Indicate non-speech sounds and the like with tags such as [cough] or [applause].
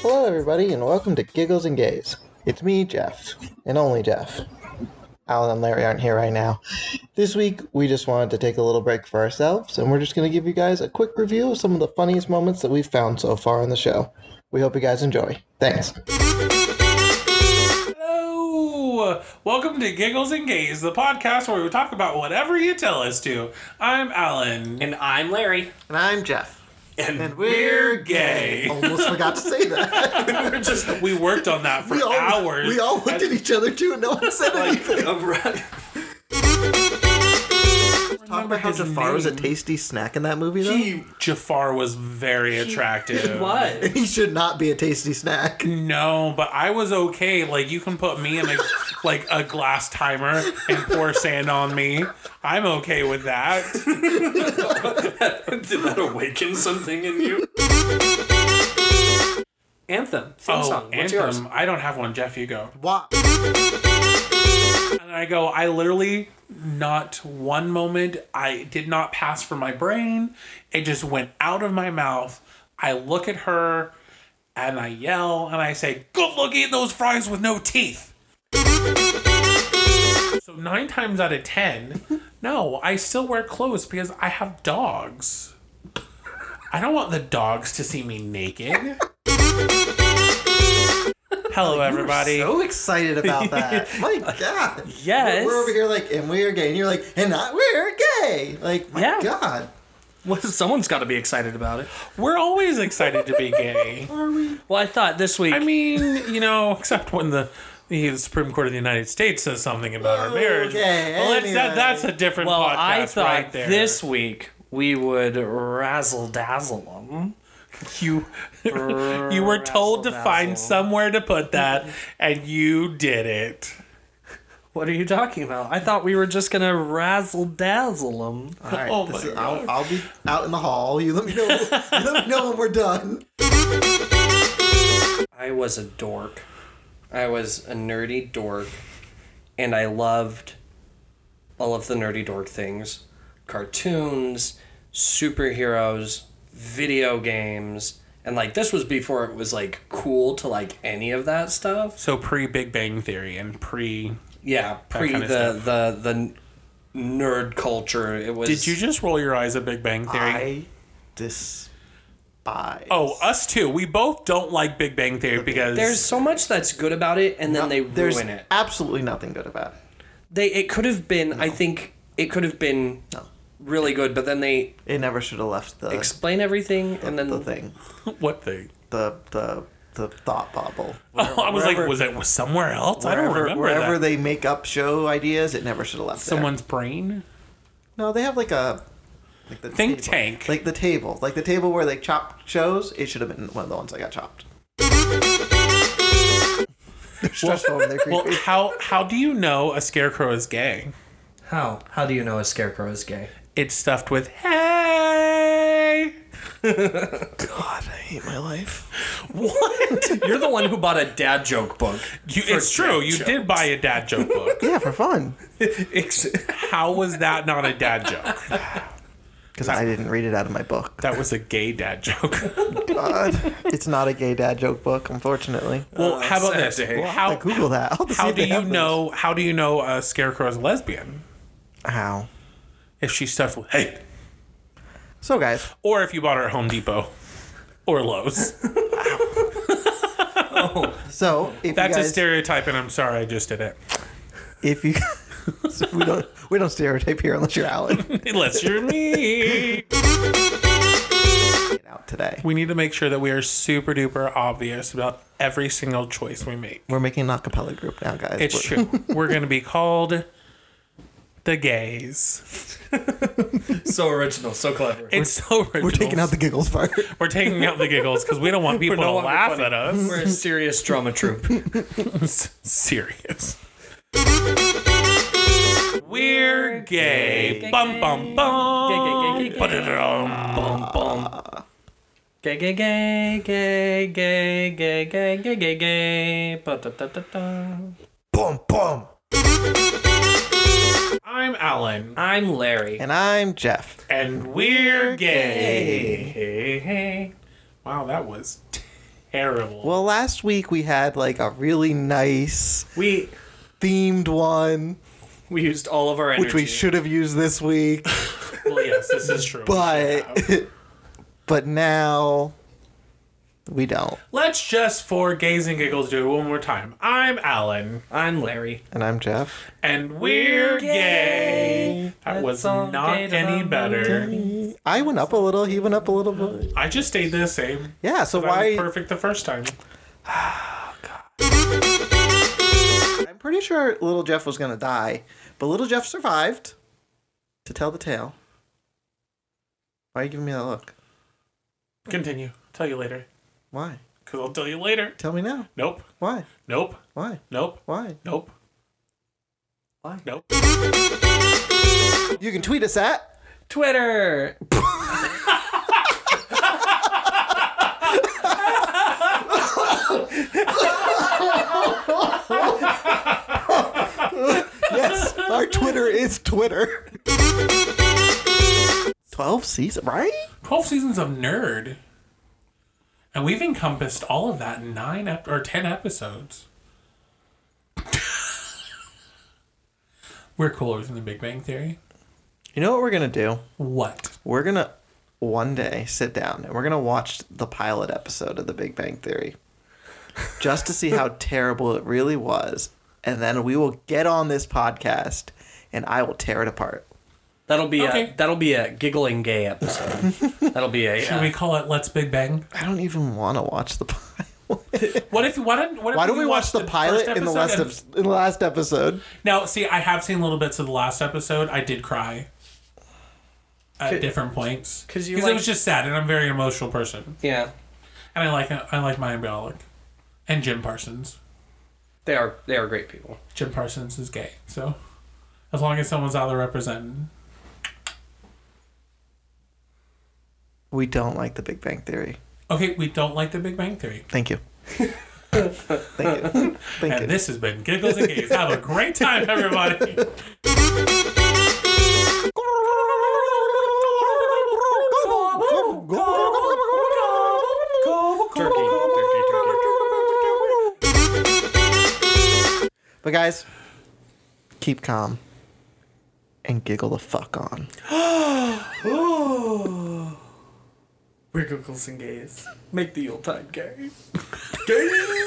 Hello, everybody, and welcome to Giggles and Gays. It's me, Jeff, and only Jeff. Alan and Larry aren't here right now. This week, we just wanted to take a little break for ourselves, and we're just going to give you guys a quick review of some of the funniest moments that we've found so far on the show. We hope you guys enjoy. Thanks. Hello! Welcome to Giggles and Gays, the podcast where we talk about whatever you tell us to. I'm Alan. And I'm Larry. And I'm Jeff. And, We're [laughs] gay. Almost forgot to say [laughs] that. we're just We worked on that for hours. all looked at each other too, and no one said like around. Talk about how his Jafar was a name. tasty snack in that movie, though. He- Jafar was very attractive. [laughs] [laughs] What? he should not be a tasty snack. No, but I was okay. Like you can put me in a like a glass timer and pour sand on me. I'm okay with that. Did that awaken something in you? Anthem. Theme oh, song. What's Anthem. yours? I don't have one. Jeff, you go. Why? And I go, I literally, not one moment, I did not pass from my brain. It just went out of my mouth. I look at her and I yell and I say, Good luck eating those fries with no teeth. So, nine times out of [laughs] ten, no, I still wear clothes because I have dogs. I don't want the dogs to see me [laughs] naked. Hello, everybody. So excited about [laughs] that. my God. yes. We're, we're over here like, and we're gay. And you're like, and not we're gay. Like, my Yeah. God. Well, someone's got to be excited about it. We're always [laughs] excited to be gay. Are we? Well, I thought this week. I mean, you know, except when the the Supreme Court of the United States says something about our marriage. Okay, well, it's- that, anyway. that's a different well, podcast I thought right there. this week we would razzle dazzle them. you you were told to find Razzle-dazzle. somewhere to [laughs] put that, and you did it. What are you talking about? I thought we were just gonna razzle dazzle them. All right. Oh this my is, I'll, I'll be out in the hall. You let me know. you let me know when we're done. I was a dork. I was a nerdy dork, and I loved all of the nerdy dork things cartoons, superheroes, video games. And like this was before it was like cool to like any of that stuff. So pre Big Bang Theory and pre. Yeah, pre kinda the, the the nerd culture. It was. Did you just roll your eyes at Big Bang Theory? I despise. oh, us too. We both don't like Big Bang Theory because There's so much that's good about it, and then they There's ruin it. absolutely nothing good about it. They it could have been. I think it could have been No. really good, but then they It never should have left the, explain everything, and then the thing, what thing? the the the thought bubble. [laughs] I was like, wherever- was it was somewhere else? I don't Wherever- remember wherever that. they make up show ideas, it never should have left there. Someone's brain. No, they have like a like the Think table. tank. like the table, like the table where they chop shows. It should have been one of the ones that got chopped. They're stressful and they're Well, creepy. how how do you know a scarecrow is gay? How? How do you know a scarecrow is gay? It's stuffed [laughs] with hay. God, I hate my life. What? [laughs] You're the one who bought a dad joke book. You, it's true. You did buy a dad [laughs] joke book. [laughs] Yeah, for fun. How was that not a dad joke? Because I didn't read it out of my book. That was a gay [laughs] dad joke. God, it's not a gay dad joke book, unfortunately. Well, how about this? Saturday. Well, Oh, I How Google that. I'll see [laughs] how if do they you have those. know? How do you know a scarecrow is lesbian how? if she's stuffed with hay, So, guys, or if you bought her at Home Depot or Lowe's? so if That's you a guys, stereotype, and I'm sorry I just did it. if you. [laughs] so we don't we don't stereotype here unless you're [laughs] Alan. Unless you're me. Get out today. We need to make sure that we are super duper obvious about every single choice we make. We're making an acapella group now, guys. It's We're- true. [laughs] We're gonna be called the gays. [laughs] So original, so clever. It's so original. We're taking out the giggles [laughs] part. We're taking out the giggles because we [laughs] don't want people no to longer laugh funny. at us. We're a serious drama troupe. [laughs] It's serious. We're gay. Bum bum bum. Gay, gay, gay, gay, gay. Ba-da-dum. bum bum. Gay gay gay gay gay gay gay gay gay gay. Ba, da, da, da, da. boom, boom. I'm Alan, I'm Larry. And I'm Jeff. and we're gay. Hey hey. Wow, that was terrible. Well, last week we had like a really nice We themed one, We used all of our energy. which we should have used this [laughs] week, Well, yes, this is true. but [laughs] but now we don't. Let's just, for gays and giggles, do it one more time. I'm Alan, I'm Larry. And I'm Jeff. and we're gay. That was all not gay to any the better. I went up a little. He went up a little bit. I just stayed the same. Yeah. So I was why? perfect the first time. I'm pretty sure little Jeff was gonna die, but little Jeff survived to tell the tale. Why are you giving me that look? Continue. Tell you later. Why? Because I'll tell you later. Tell me now. Nope. Why? Nope. Why? Nope. Why? Nope. Why? Nope. You can tweet us at Twitter. yes. Our Twitter is Twitter. Twelve season, right? 12 seasons of Nerd. And we've encompassed all of that in nine ep- or 10 episodes. We're cooler than the Big Bang Theory. You know what we're gonna do? What? We're gonna one day sit down and we're gonna watch the pilot episode of The Big Bang Theory, just to see how [laughs] terrible it really was, and then we will get on this podcast and I will tear it apart. That'll be Okay. a that'll be a giggling gay episode. [laughs] that'll be a Should uh, we call it Let's Big Bang? I don't even want to watch the pilot. What if why don't what if Why don't we watch watch the pilot first in the episode last and- ep- in the last episode? Now, see, I have seen little bits of the last episode. I did cry at different points 'cause you because it like- was just sad, and I'm a very emotional person, yeah. and I like I like Maya Bialik and Jim Parsons. They are they are great people. Jim Parsons is gay, so as long as someone's out there representing, We don't like The Big Bang Theory. okay, we don't like the Big Bang Theory. Thank [laughs] you. Thank you. Thank you. And this has been Giggles and Gays. Have a great time, everybody. Turkey, turkey, turkey. But guys, keep calm and giggle the fuck on. We're Googles and Gays. Make the old time gay. Gay.